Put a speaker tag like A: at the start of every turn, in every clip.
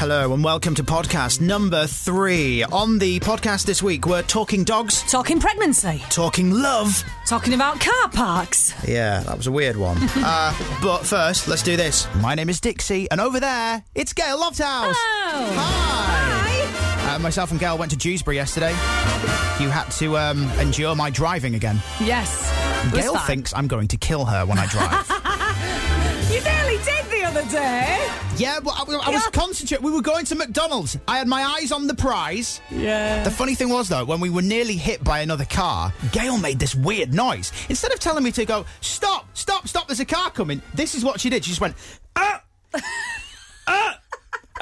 A: Hello and welcome to podcast number three. On the podcast this week, we're talking dogs,
B: Talking pregnancy.
A: talking love.
B: Talking about car parks.
A: Yeah, that was a weird one. uh, but first, let's do this. My name is Dixie, and over there, it's Gail Lofthouse. Hi. Uh, myself and Gail went to Dewsbury yesterday. You had to um, endure my driving again.
B: Yes. It was
A: Gail
B: fun.
A: thinks I'm going to kill her when I drive.
B: You nearly did the other day.
A: yeah, well, I, I was
B: Yeah.
A: concentrating. We were going to McDonald's. I had my eyes on the prize.
B: Yeah.
A: The funny thing was, though, when we were nearly hit by another car, Gail made this weird noise. Instead of telling me to go, stop, stop, stop, there's a car coming, this is what she did. She just went, uh, ah! ah!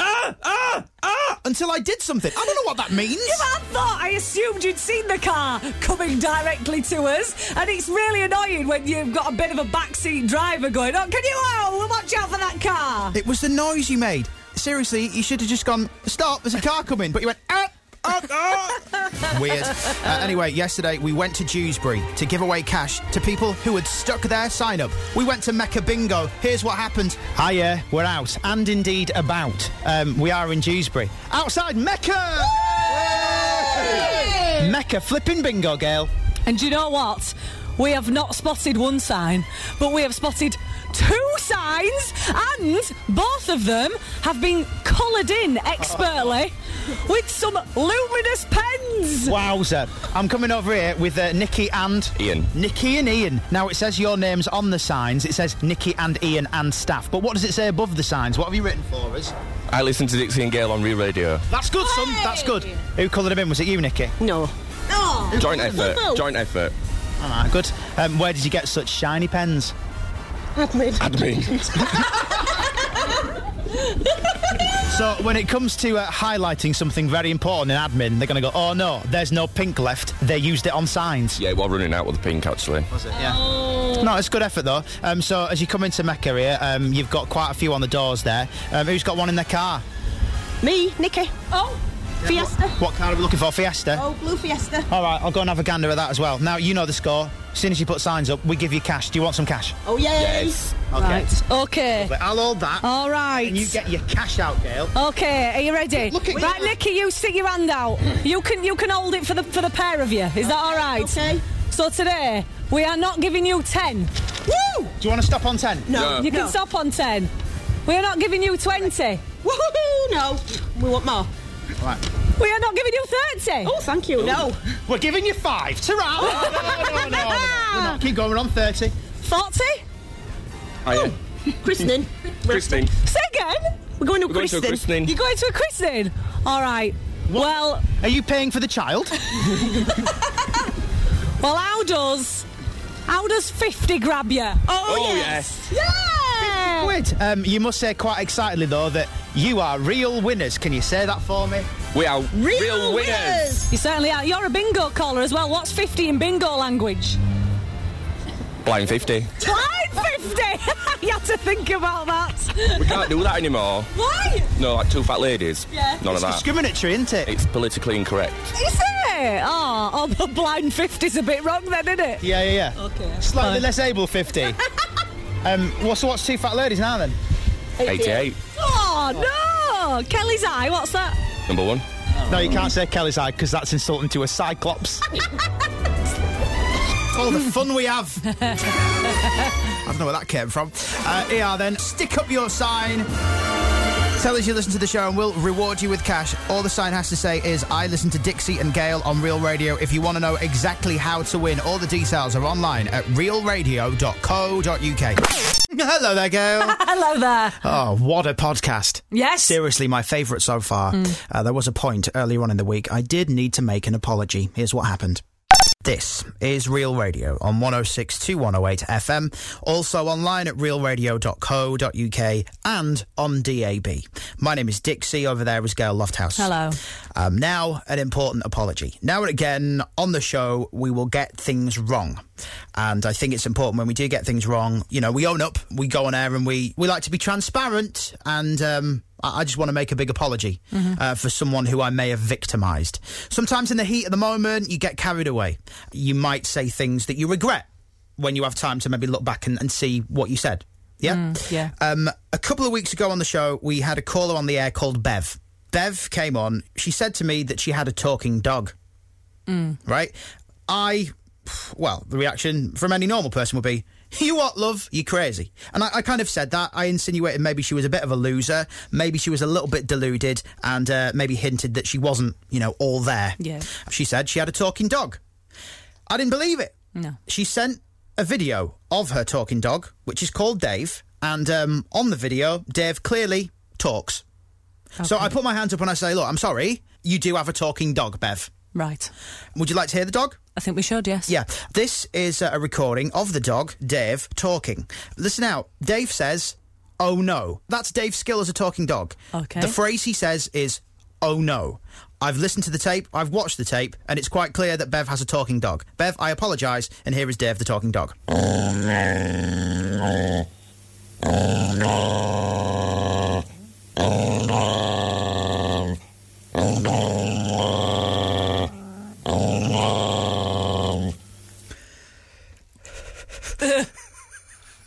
A: Ah! Ah! Ah! uh, Until I did something. I don't know what that means.
B: I thought I assumed you'd seen the car coming directly to us, and it's really annoying when you've got a bit of a backseat driver going, "Oh, can you oh, watch out for that car?"
A: It was the noise you made. Seriously, you should have just gone, stop, there's a car coming. But you went, ah! ah, ah." Weird. Uh, anyway, yesterday we went to Dewsbury to give away cash to people who had stuck their sign up. We went to Mecca Bingo. Here's what happened. Hiya, we're out and indeed about. Um, we are in Dewsbury. Outside Mecca! Mecca flipping bingo, Gail.
B: And do you know what? We have not spotted one sign, but we have spotted two signs, and both of them have been coloured in expertly with some luminous pens.
A: Wowzer. I'm coming over here with uh, Nikki and
C: Ian.
A: Nikki and Ian. Now it says your names on the signs. It says Nikki and Ian and staff. But what does it say above the signs? What have you written for us?
C: I listen to Dixie and Gale on Re Radio.
A: That's good, son. That's good. Who coloured them in? Was it you, Nikki?
B: No.
C: Joint effort. Joint effort.
A: All right, good. Um, where did you get such shiny pens?
C: Admin.
A: So when it comes to uh, highlighting something very important in admin, they're going to go, oh no, there's no pink left. They used it on signs.
C: yeah, well, running out with the pink actually.
A: Was it? Yeah. No, it's good effort though. Um, so as you come into Mecca here, um, you've got quite a few on the doors there. Um, who's got one in their car?
D: Me, Nikki.
B: Oh.
D: Fiesta.
A: What car are we looking for? Fiesta.
D: Oh, blue Fiesta.
A: All right, I'll go and have a gander at that as well. Now you know the score. As soon as you put signs up, we give you cash. Do you want some cash?
D: Oh, yay.
C: Yes.
A: Okay.
B: Right. Okay.
A: But I'll hold that.
B: All right.
A: And you get your cash out, Gail.
B: Okay, are you ready?
A: Look at-
B: right, Nikki, you stick your hand out. You can you can hold it for the for the pair of you. Is that all right?
D: Okay.
B: So today we are not giving you ten.
D: Woo!
A: Do you want to stop on 10?
D: No.
B: You can
D: no.
B: stop on ten. We are not giving you twenty.
D: Woohoo! No. We want more.
A: Right.
B: We are not giving you thirty.
D: Oh, thank you. No.
A: We're giving you five. Ta no, no, no, no, no, no. We're not. Keep going. We're on 30.
B: Forty.
C: Hiya.
D: Christening.
C: Christening.
B: Say again.
D: We're going to
C: We're going to
D: christening.
C: a christening.
B: You're going to a christening. All right. Well,
A: Are you paying for the child?
B: well, how does how does fifty grab you?
D: Oh,
C: Oh,
D: yes.
B: Yeah.
A: Wait. Um, you must say quite excitedly, though, that you are real winners. Can you say that for me?
C: We are real, winners.
B: You certainly are. You're a bingo caller as well. What's fifty in bingo language?
C: Blind 50.
B: Blind 50! you had to think about that.
C: We can't do that anymore.
B: Why?
C: No, like two fat ladies.
B: Yeah.
C: None of
A: It's
C: that.
A: discriminatory, isn't it?
C: It's politically incorrect.
B: Is it? Oh, oh, but blind 50's a bit wrong then, isn't it?
A: Yeah, yeah, yeah.
B: Okay.
A: Slightly less able, 50. um, what's, what's two fat ladies now, then?
C: 88.
B: Oh, no! Kelly's eye, what's that?
C: Number one.
A: No, you can't say Kelly's eye because that's insulting to a cyclops. All the fun we have. I don't know where that came from. Uh, here, then, stick up your sign. Tell us you listen to the show and we'll reward you with cash. All the sign has to say is, I listen to Dixie and Gail on Real Radio. If you want to know exactly how to win, all the details are online at realradio.co.uk. Hello there, Gail.
B: Hello there.
A: Oh, what a podcast.
B: Yes. Hmm.
A: Seriously, my favourite so far. Uh, there was a point earlier on in the week I did need to make an apology. Here's what happened. This is Real Radio on 106 to 108 FM, also online at realradio.co.uk and on DAB. My name is Dixie, over there is Gail Lofthouse.
B: Hello.
A: Um, now, an important apology. Now and again on the show, we will get things wrong. And I think it's important when we do get things wrong, you know, we own up, we go on air, and we, we like to be transparent. And um, I, I just want to make a big apology uh, for someone who I may have victimized. Sometimes in the heat of the moment, you get carried away. You might say things that you regret when you have time to maybe look back and, and see what you said. Yeah.
B: yeah.
A: Um, a couple of weeks ago on the show, we had a caller on the air called Bev. Bev came on. She said to me that she had a talking dog. Right? I, well, the reaction from any normal person would be, you what, love? You crazy. And I, I kind of said that. I insinuated maybe she was a bit of a loser. Maybe she was a little bit deluded and uh, maybe hinted that she wasn't, you know, all there.
B: Yeah.
A: She said she had a talking dog. I didn't believe it.
B: No.
A: She sent a video of her talking dog, which is called Dave, and um, on the video, Dave clearly talks. So I put my hands up and I say, "Look, I'm sorry, you do have a talking dog, Bev.
B: Right.
A: Would you like to hear the dog?"
B: I think we should, yes.
A: Yeah, this is uh, a recording of the dog, Dave, talking. Listen out. Dave says, oh no. That's Dave's skill as a talking dog.
B: Okay.
A: The phrase he says is, oh no. I've listened to the tape, I've watched the tape, and it's quite clear that Bev has a talking dog. Bev, I apologise, and here is Dave, the talking dog.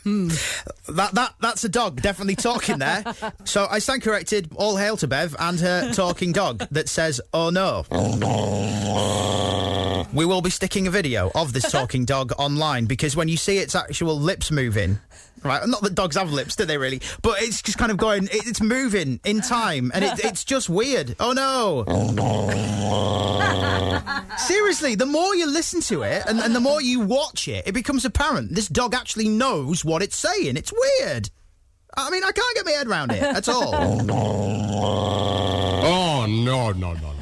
A: That that that's a dog definitely talking there. so I stand corrected. All hail to Bev and her talking dog that says, "Oh no." We will be sticking a video of this talking dog online because when you see its actual lips moving, right? Not that dogs have lips, do they really? But it's just kind of going. It, it's moving in time, and it, it's just weird. Oh no! Seriously, the more you listen to it and, and the more you watch it, it becomes apparent this dog actually knows what it's saying. It's weird. I mean, I can't get my head around it at all.
E: Oh, no, no, no, no.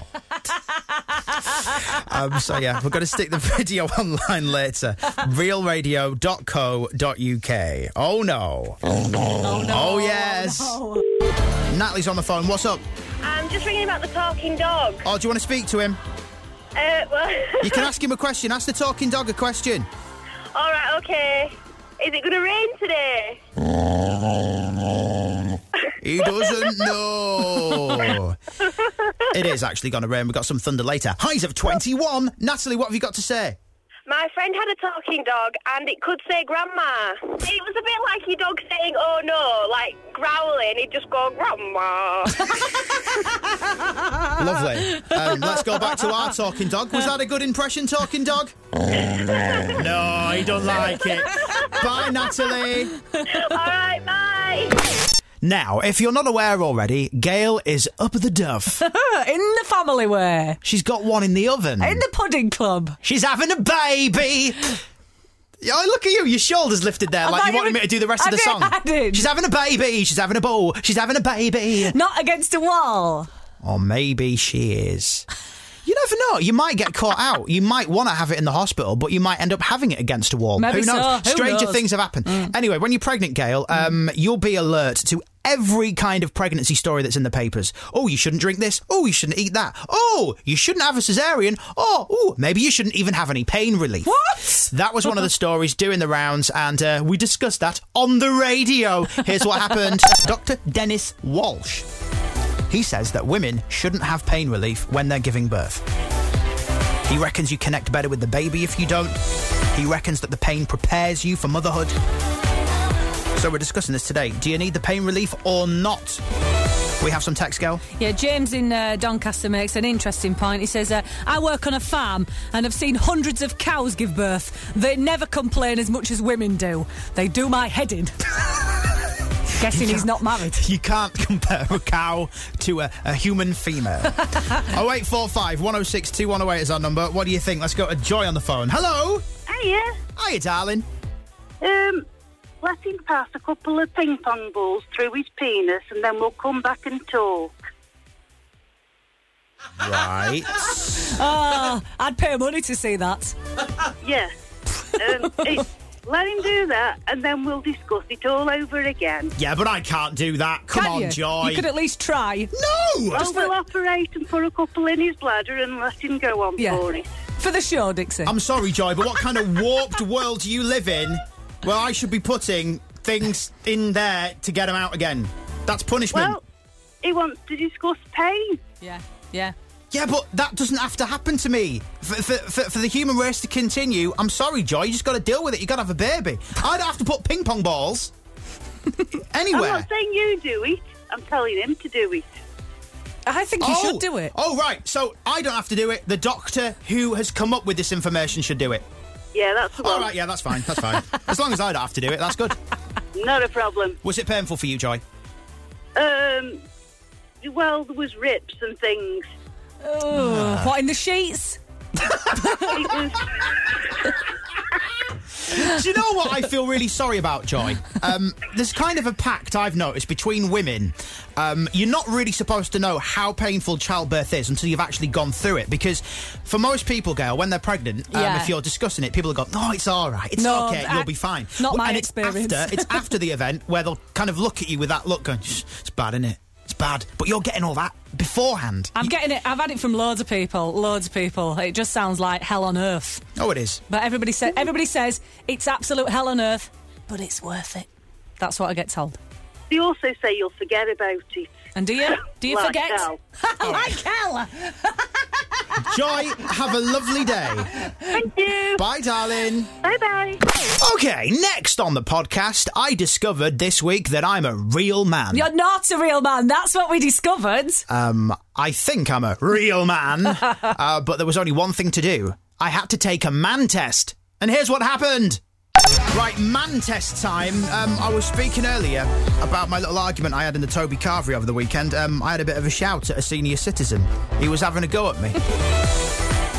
A: um, so, yeah, we're going to stick the video online later. realradio.co.uk. Oh, no. Oh, no. Oh, yes. Natalie's on the phone. What's up?
F: I'm just ringing about the talking dog.
A: Oh, do you want to speak to him?
F: Uh, well,
A: You can ask him a question. Ask the talking dog a question.
F: all right, okay. Is it going to rain today?
A: He doesn't know. it is actually going to rain. We've got some thunder later. Highs of 21. Natalie, what have you got to say?
F: My friend had a talking dog, and it could say grandma. It was a bit like your dog saying "oh no," like growling. He'd just go grandma.
A: Lovely. Um, let's go back to our talking dog. Was that a good impression, talking dog? no, he don't like it. Bye, Natalie.
F: all right, bye.
A: Now, if you're not aware already, Gail is up the duff.
B: In the family way.
A: She's got one in the oven.
B: In the pudding club.
A: She's having a baby. Yeah, Oh, look at you. Your shoulders lifted there, like
B: not
A: you wanted
B: even-
A: me to do the rest
B: I
A: of the
B: did,
A: song.
B: I did.
A: She's having a baby. She's having a ball. She's having a baby.
B: Not against a wall.
A: Or maybe she is. You never know. You might get caught out. You might want to have it in the hospital, but you might end up having it against a wall.
B: Maybe
A: Who knows?
B: so. Who
A: Stranger
B: knows?
A: things have happened. Anyway, when you're pregnant, Gail, um, you'll be alert to every kind of pregnancy story that's in the papers. Oh, you shouldn't drink this. Oh, you shouldn't eat that. Oh, you shouldn't have a cesarean. Oh, ooh, maybe you shouldn't even have any pain relief.
B: What?
A: That was one of the stories doing the rounds, and uh, we discussed that on the radio. Here's what happened Dr. Dennis Walsh. He says that women shouldn't have pain relief when they're giving birth. He reckons you connect better with the baby if you don't. He reckons that the pain prepares you for motherhood. So we're discussing this today. Do you need the pain relief or not? We have some text, girl.
B: Yeah, James in uh, Doncaster makes an interesting point. He says, uh, I work on a farm and I've seen hundreds of cows give birth. They never complain as much as women do. They do my head in. Guessing he's not married.
A: You can't compare a cow to a, a human female. 0845 106 2108 is our number. What do you think? Let's go to Joy on the phone. Hello.
G: Hiya.
A: Hiya, darling.
G: Um, let him pass a couple of ping pong balls through his penis and then we'll come back and talk.
A: Right.
B: I'd pay money to see that.
G: Yeah. Um, it, let him do that and then we'll discuss it all over again.
A: Yeah, but I can't do that. Come
B: Can
A: on,
B: you?
A: Joy.
B: You could at least try.
A: no!
G: Well, we'll operate and put a couple in his bladder and let him go on
B: Yeah. Hmm.
G: for it.
B: For the show, Dixie.
A: I'm sorry, Joy, but what kind of warped world do you live in where I should be putting things in there to get them out again? That's punishment.
G: Well, he wants to discuss pain.
B: yeah, yeah.
A: yeah, but that doesn't have to happen to me. For, for, for, for the human race to continue, I'm sorry, Joy, you just got to deal with it. you got to have a baby. I'd have to put ping pong balls Anywhere.
G: I'm not saying you do it. I'm telling him to do it.
B: I think you should do it.
A: Oh, right. So I don't have to do it. The doctor who has come up with this information should do it.
G: Yeah, that's the
A: All
G: one.
A: right. Yeah, that's fine. That's fine. as long as I don't have to do it, that's good.
G: Not a problem.
A: Was it painful for you, Joy?
G: Um, well, there was rips and things.
B: Ugh. What in the sheets?
G: It was,
A: Do you know what I feel really sorry about, Joy? Um, there's kind of a pact I've noticed between women. Um, you're not really supposed to know how painful childbirth is until you've actually gone through it. Because for most people, Gail, when they're pregnant, um,
B: Yeah.
A: if you're discussing it, people go, "No, it's all right. It's
B: No,
A: okay.
B: I-
A: You'll be fine."
B: not my
A: and
B: experience.
A: It's after, it's after the event where they'll kind of look at you with that look, going, "Shh, "It's bad, isn't it? It's bad." But you're getting all that beforehand.
B: I'm getting it. I've had it from loads of people. Loads of people. It just sounds like hell on earth.
A: Oh, it is.
B: But everybody says everybody says it's absolute hell on earth, but it's worth it. That's what I get told.
G: they also say you'll forget about it.
B: And do you? Do you
G: Like
B: forget?
G: hell.
B: like hell.
A: Joy, have a lovely day.
G: Thank you.
A: Bye, darling.
G: Bye bye.
A: Okay, next on the podcast, I discovered this week that I'm a real man.
B: You're not a real man. That's what we discovered.
A: Um, I think I'm a real man, uh, but there was only one thing to do. I had to take a man test, and here's what happened. Right, man test time. Um, I was speaking earlier about my little argument I had in the Toby Carvery over the weekend. Um, I had a bit of a shout at a senior citizen. He was having a go at me.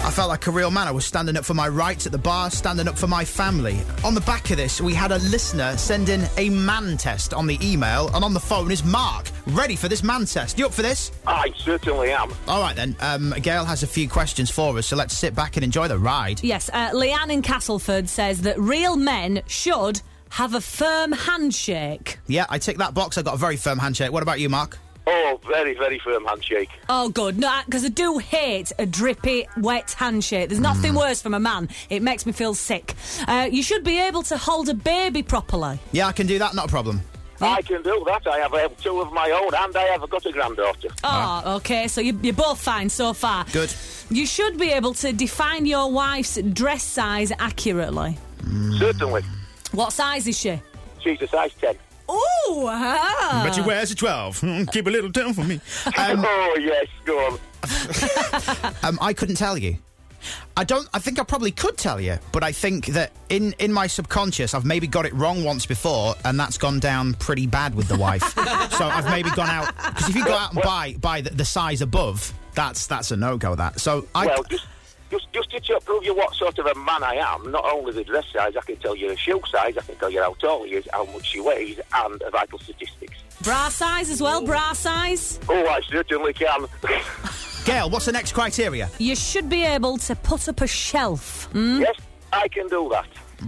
A: I felt like a real man. I was standing up for my rights at the bar, standing up for my family. On the back of this, we had a listener send in a man test on the email, and on the phone is Mark, ready for this man test. You up for this?
E: I certainly am.
A: All right then. Um, Gail has a few questions for us, so let's sit back and enjoy the ride.
B: Yes, uh, Leanne in Castleford says that real men should have a firm handshake.
A: Yeah, I tick that box. I got a very firm handshake. What about you, Mark?
E: Oh, very, very firm handshake.
B: Oh, good. No, because I do hate a drippy, wet handshake. There's nothing worse from a man. It makes me feel sick. Uh, you should be able to hold a baby properly.
A: Yeah, I can do that. Not a problem.
E: I can do that. I have uh, two of my own, and I have got a granddaughter.
B: Oh, okay. So you, you're both fine so far.
A: Good.
B: You should be able to define your wife's dress size accurately.
E: Certainly.
B: What size is she?
E: She's a size 10.
B: Ooh,
E: uh-huh.
B: ah.
A: But she wears a twelve. hmm, Keep a little down for me. Um,
E: oh, yes, go on.
A: um, I couldn't tell you. I don't. I think I probably could tell you, but I think that in in my subconscious, I've maybe got it wrong once before, and that's gone down pretty bad with the wife. so I've maybe gone out because if you go out and buy buy the, the size above, that's that's a no go. That so I.
E: Well, just, just, just to ch- prove you what sort of a man I am, not only the dress size, I can tell you the shoe size, I can tell you how tall he is, how much she weighs, and the vital statistics.
B: bra size as well. Bra size.
E: Oh, I certainly can.
A: Gail, what's the next criteria?
B: You should be able to put up a shelf.
E: yes, I can do that.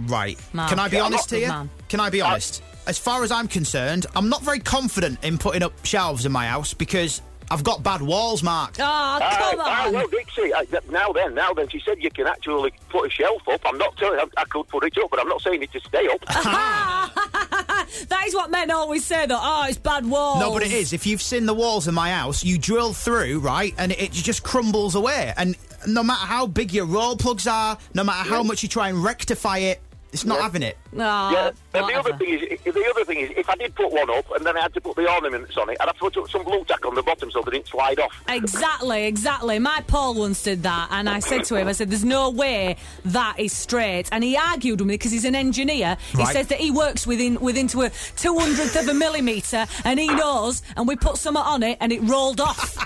A: Right.
B: Man.
A: Can I be
B: Yeah,
A: honest
B: I'm not-
A: here?
B: man.
A: Can I be honest? As far as I'm concerned, I'm not very confident in putting up shelves in my house because I've got bad walls, Mark.
B: Oh, come
E: Ah, ah,
B: on.
E: well, Dixie, I, th- now then, now then, she said you can actually put a shelf up. I'm not telling I, I could put it up, but I'm not saying it to stay up.
B: Uh-huh. That is what men always say, though. Oh, it's bad walls.
A: No, but it is. If you've seen the walls in my house, you drill through, right, and it just crumbles away. And no matter how big your roll plugs are, no matter how much you try and rectify it, it's not having it.
B: Oh,
E: Yeah, and the other
B: whatever.
E: thing is, i- the other thing is, if I did put one up and then I had to put the ornaments on it, I'd have to put some glue tack on the bottom so that it slide off.
B: Exactly, exactly. My Paul once did that, and I said to him, I said, There's no way that is straight. And he argued with me because he's an engineer. He
A: Right.
B: says that he works within within to a 200th of a millimetre, and he knows, and we put something on it, and it rolled off.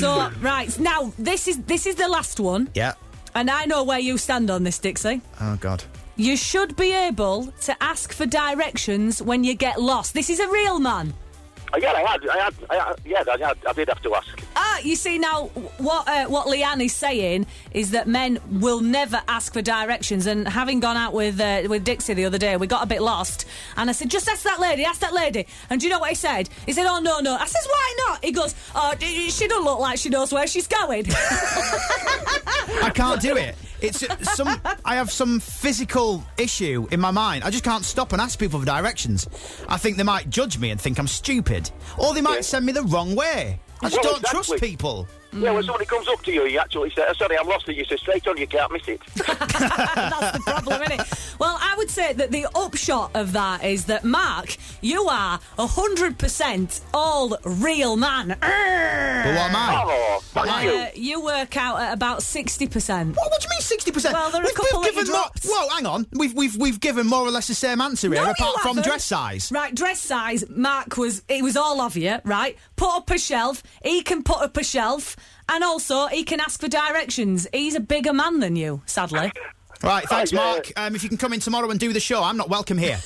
B: so, right, now, this is this is the last one,
A: Yeah.
B: and I know where you stand on this, Dixie.
A: Oh God.
B: You should be able to ask for directions when you get lost. This is a real man.
E: Uh, yeah, I had, I had, I had yeah, I, had, I did have to ask.
B: Ah, you see now what uh, what Leanne is saying is that men will never ask for directions. And having gone out with uh, with Dixie the other day, we got a bit lost, and I said, "Just ask that lady, ask that lady." And do you know what he said? He said, "Oh no, no." I says, "Why not?" He goes, "Oh, d- d- she don't look like she knows where she's going."
A: I can't do it. It's some. I have some physical issue in my mind. I just can't stop and ask people for directions. I think they might judge me and think I'm stupid, or they might
E: Yeah.
A: send me the wrong way. I just
E: Well,
A: don't trust
E: exactly.
A: people.
E: Yeah,
B: Mm.
E: when somebody comes up to you, you actually say, "Oh, sorry, I'm lost. And you say, straight on, you can't miss it.
B: That's the problem, isn't it? Well, I would say that the upshot of that is that, Mark, you are 100% all real man.
A: But what am I?
E: Oh, thank
A: Why?
E: you.
B: Uh, you work out at about 60%.
A: Oh, What, what do you mean sixty percent?
B: Well, there are a couple that you
A: given
B: dropped.
A: More, whoa, hang on. We've we've we've given more or less the same answer here,
B: No,
A: apart
B: you
A: from
B: haven't.
A: dress size.
B: Right, dress size. Mark was, it was all of you, right? Put up a shelf. He can put up a shelf. And also, he can ask for directions. He's a bigger man than you, sadly.
A: Right, thanks,
E: Oh, yeah.
A: Mark. Um, if you can come in tomorrow and do the show, I'm not welcome here.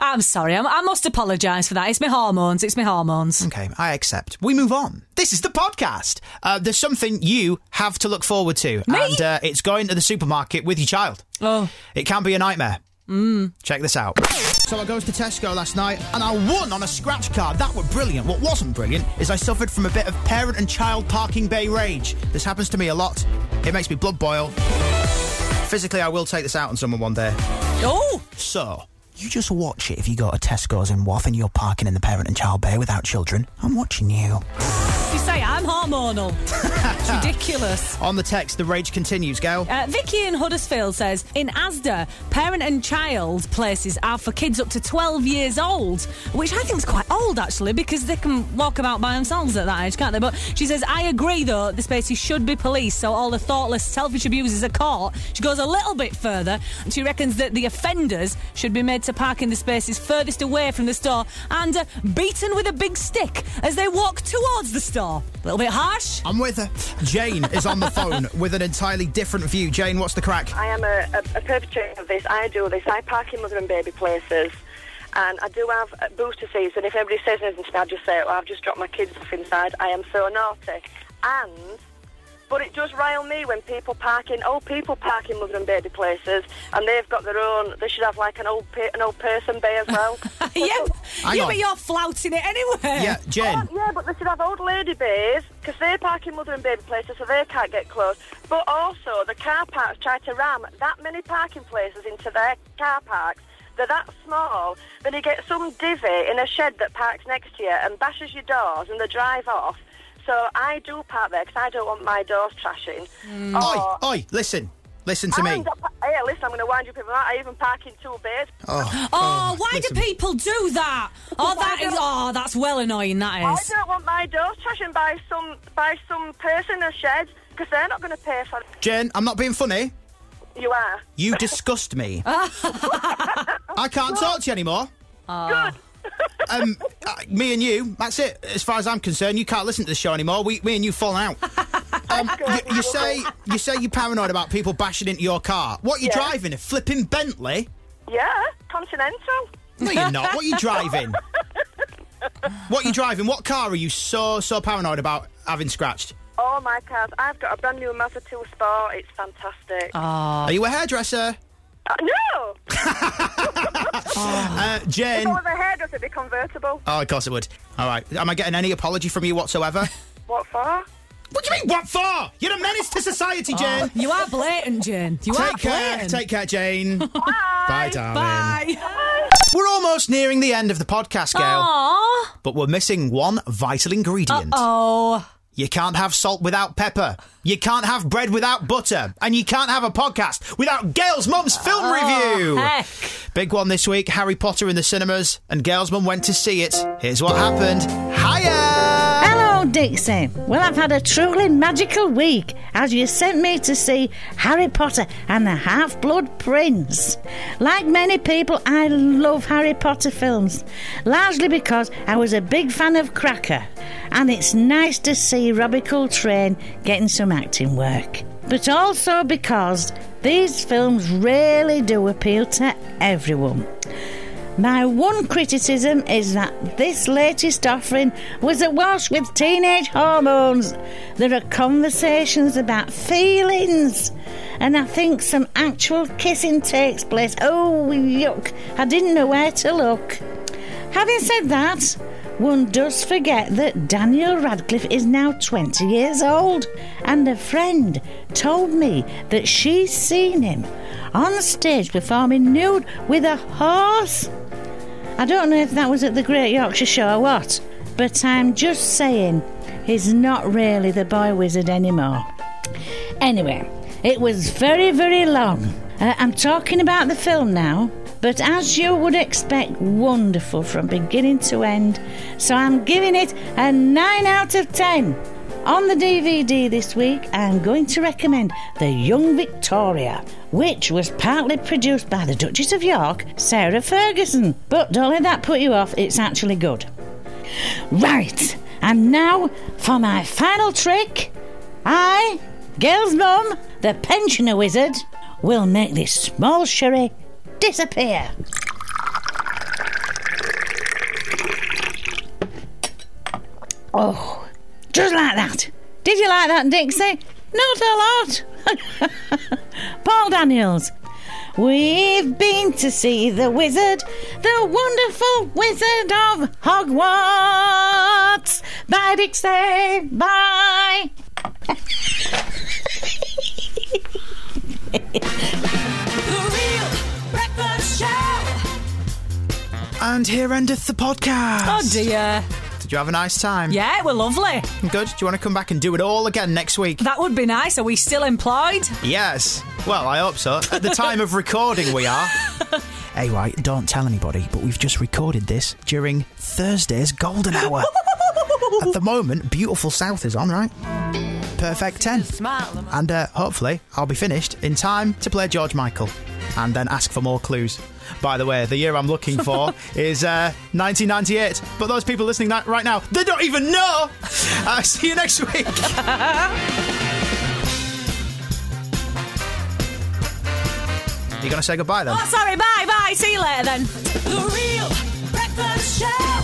B: I'm sorry. I'm, I must apologise for that. It's my hormones. It's my hormones.
A: Okay, I accept. We move on. This is the podcast. Uh, there's something you have to look forward to, and uh, it's going to the supermarket with your child.
B: Oh.
A: It can be a nightmare. Mm. Check this out. So I goes to Tesco last night and I won on a scratch card. That were brilliant. What wasn't brilliant is I suffered from a bit of parent and child parking bay rage. This happens to me a lot. It makes me blood boil. Physically, I will take this out on someone one day.
B: Oh!
A: So, you just watch it if you go to Tesco's in Wath and you're parking in the parent and child bay without children. I'm watching you.
B: You say I'm hormonal. it's ridiculous.
A: On the text, the rage continues, Gail.
B: Uh, Vicky in Huddersfield says in ASDA, parent and child places are for kids up to 12 years old, which I think is quite old actually because they can walk about by themselves at that age, can't they? But she says, I agree though, the spaces should be policed so all the thoughtless, selfish abusers are caught. She goes a little bit further and she reckons that the offenders should be made to park in the spaces furthest away from the store and uh, beaten with a big stick as they walk towards the store. A little bit harsh.
A: I'm with her. Jane is on the phone with an entirely different view. Jane, what's the crack?
H: I am a, a, a perpetrator of this. I do this. I park in mother and baby places. And I do have uh, booster seats. And if everybody says anything to me, I just say, oh, I've just dropped my kids off inside. I am so naughty. And, but it does rile me when people park in, old people park in mother and baby places. And they've got their own, they should have like an old, pe- an old person bay as well.
B: yeah,
A: Hang
B: yeah
A: on.
B: but you're flouting it anyway.
A: Yeah, Jane.
H: Yeah, but they should have old lady bays because they park in mother and baby places, so they can't get close. But also, the car parks try to ram that many parking places into their car parks. They're that small. Then you get some divvy in a shed that parks next to you and bashes your doors, and they drive off. So I do park there because I don't want my doors trashing. Or-
A: Oi, oi, listen. Listen to
H: Oh, I
A: me.
H: end up- Hey, listen, I'm going to wind you people out. I even park in two bays.
B: Oh, why
A: listen.
B: do people do that? Oh, that is. Oh, that's well annoying. That
H: I
B: is.
H: don't want my doors trashing by some by some person in a shed because they're not going to pay for it.
A: Jane, I'm not being funny.
H: You are.
A: You disgust me. I can't talk to you anymore. Um, uh, me and you, that's it. As far as I'm concerned, you can't listen to the show anymore. We, me and you fall out. Um, you, you say you say you're paranoid about people bashing into your car. What you
H: Yeah.
A: driving? A flipping Bentley?
H: Yeah, Continental.
A: No, you're not. What you driving? What you driving? What car are you so so paranoid about having scratched?
H: All Oh, my cars. I've got a brand new Mazda 2 Sport. It's fantastic.
A: Are you a hairdresser?
H: Uh, no!
A: Uh, Jane.
H: If I was a hairdresser, it'd be convertible.
A: Oh, of course it would. All right. Am I getting any apology from you whatsoever?
H: What for?
A: What do you mean, what for? You're a menace to society,
B: Uh,
A: Jane.
B: You are blatant, Jane. You are
A: Take care.
B: blatant.
A: Take care, Jane. Bye, darling.
B: Bye.
A: We're almost nearing the end of the podcast, Gail.
B: Oh. Aw.
A: But we're missing one vital ingredient.
B: Oh.
A: You can't have salt without pepper. You can't have bread without butter. And you can't have a podcast without Gail's mum's film review.
B: Oh, heck.
A: Big one this week Harry Potter in the cinemas. And Gail's mum went to see it. Here's what happened. Hiya!
I: Hello, Dixie. Well, I've had a truly magical week as you sent me to see Harry Potter and the Half Blood Prince. Like many people, I love Harry Potter films, largely because I was a big fan of Cracker, and it's nice to see Robbie Coltrane getting some acting work. But also because these films really do appeal to everyone. My one criticism is that this latest offering was awash with teenage hormones. There are conversations about feelings, and I think some actual kissing takes place. Oh, yuck, I didn't know where to look. Having said that, one does forget that Daniel Radcliffe is now 20 years old, and a friend told me that she's seen him on stage performing nude with a horse. I don't know if that was at the Great Yorkshire Show or what, but I'm just saying is not really the boy wizard anymore. Anyway, it was very, very long. Uh, I'm talking about the film now, but as you would expect, wonderful from beginning to end. So I'm giving it a 9 out of 10. On the DVD this week, I'm going to recommend The Young Victoria, which was partly produced by the Duchess of York, Sarah Ferguson. But don't let that put you off, it's actually good. Right, and now for my final trick. I, Gail's mum, the pensioner wizard, will make this small sherry disappear. Oh, just like that. Did you like that, Dixie? Not a lot. Paul Daniels. We've been to see the wizard, the wonderful wizard of Hogwarts. Bye, Dixie. Bye.
A: And here endeth the podcast.
B: Oh dear.
A: Did you have a nice time?
B: Yeah, we're lovely.
A: Good. Do you want to come back and do it all again next week?
B: That would be nice. Are we still employed?
A: Yes. Well, I hope so. At the time of recording, we are. AY, don't tell anybody, but we've just recorded this during Thursday's golden hour. At the moment, Beautiful South is on, right? Perfect 10. And uh, hopefully, I'll be finished in time to play George Michael and then ask for more clues. By the way, the year I'm looking for is uh, 1998. But those people listening that right now, they don't even know! Uh, see you next week! You're going to say goodbye then?
B: Oh, sorry. Bye, bye. See you later then. The Real Breakfast Show.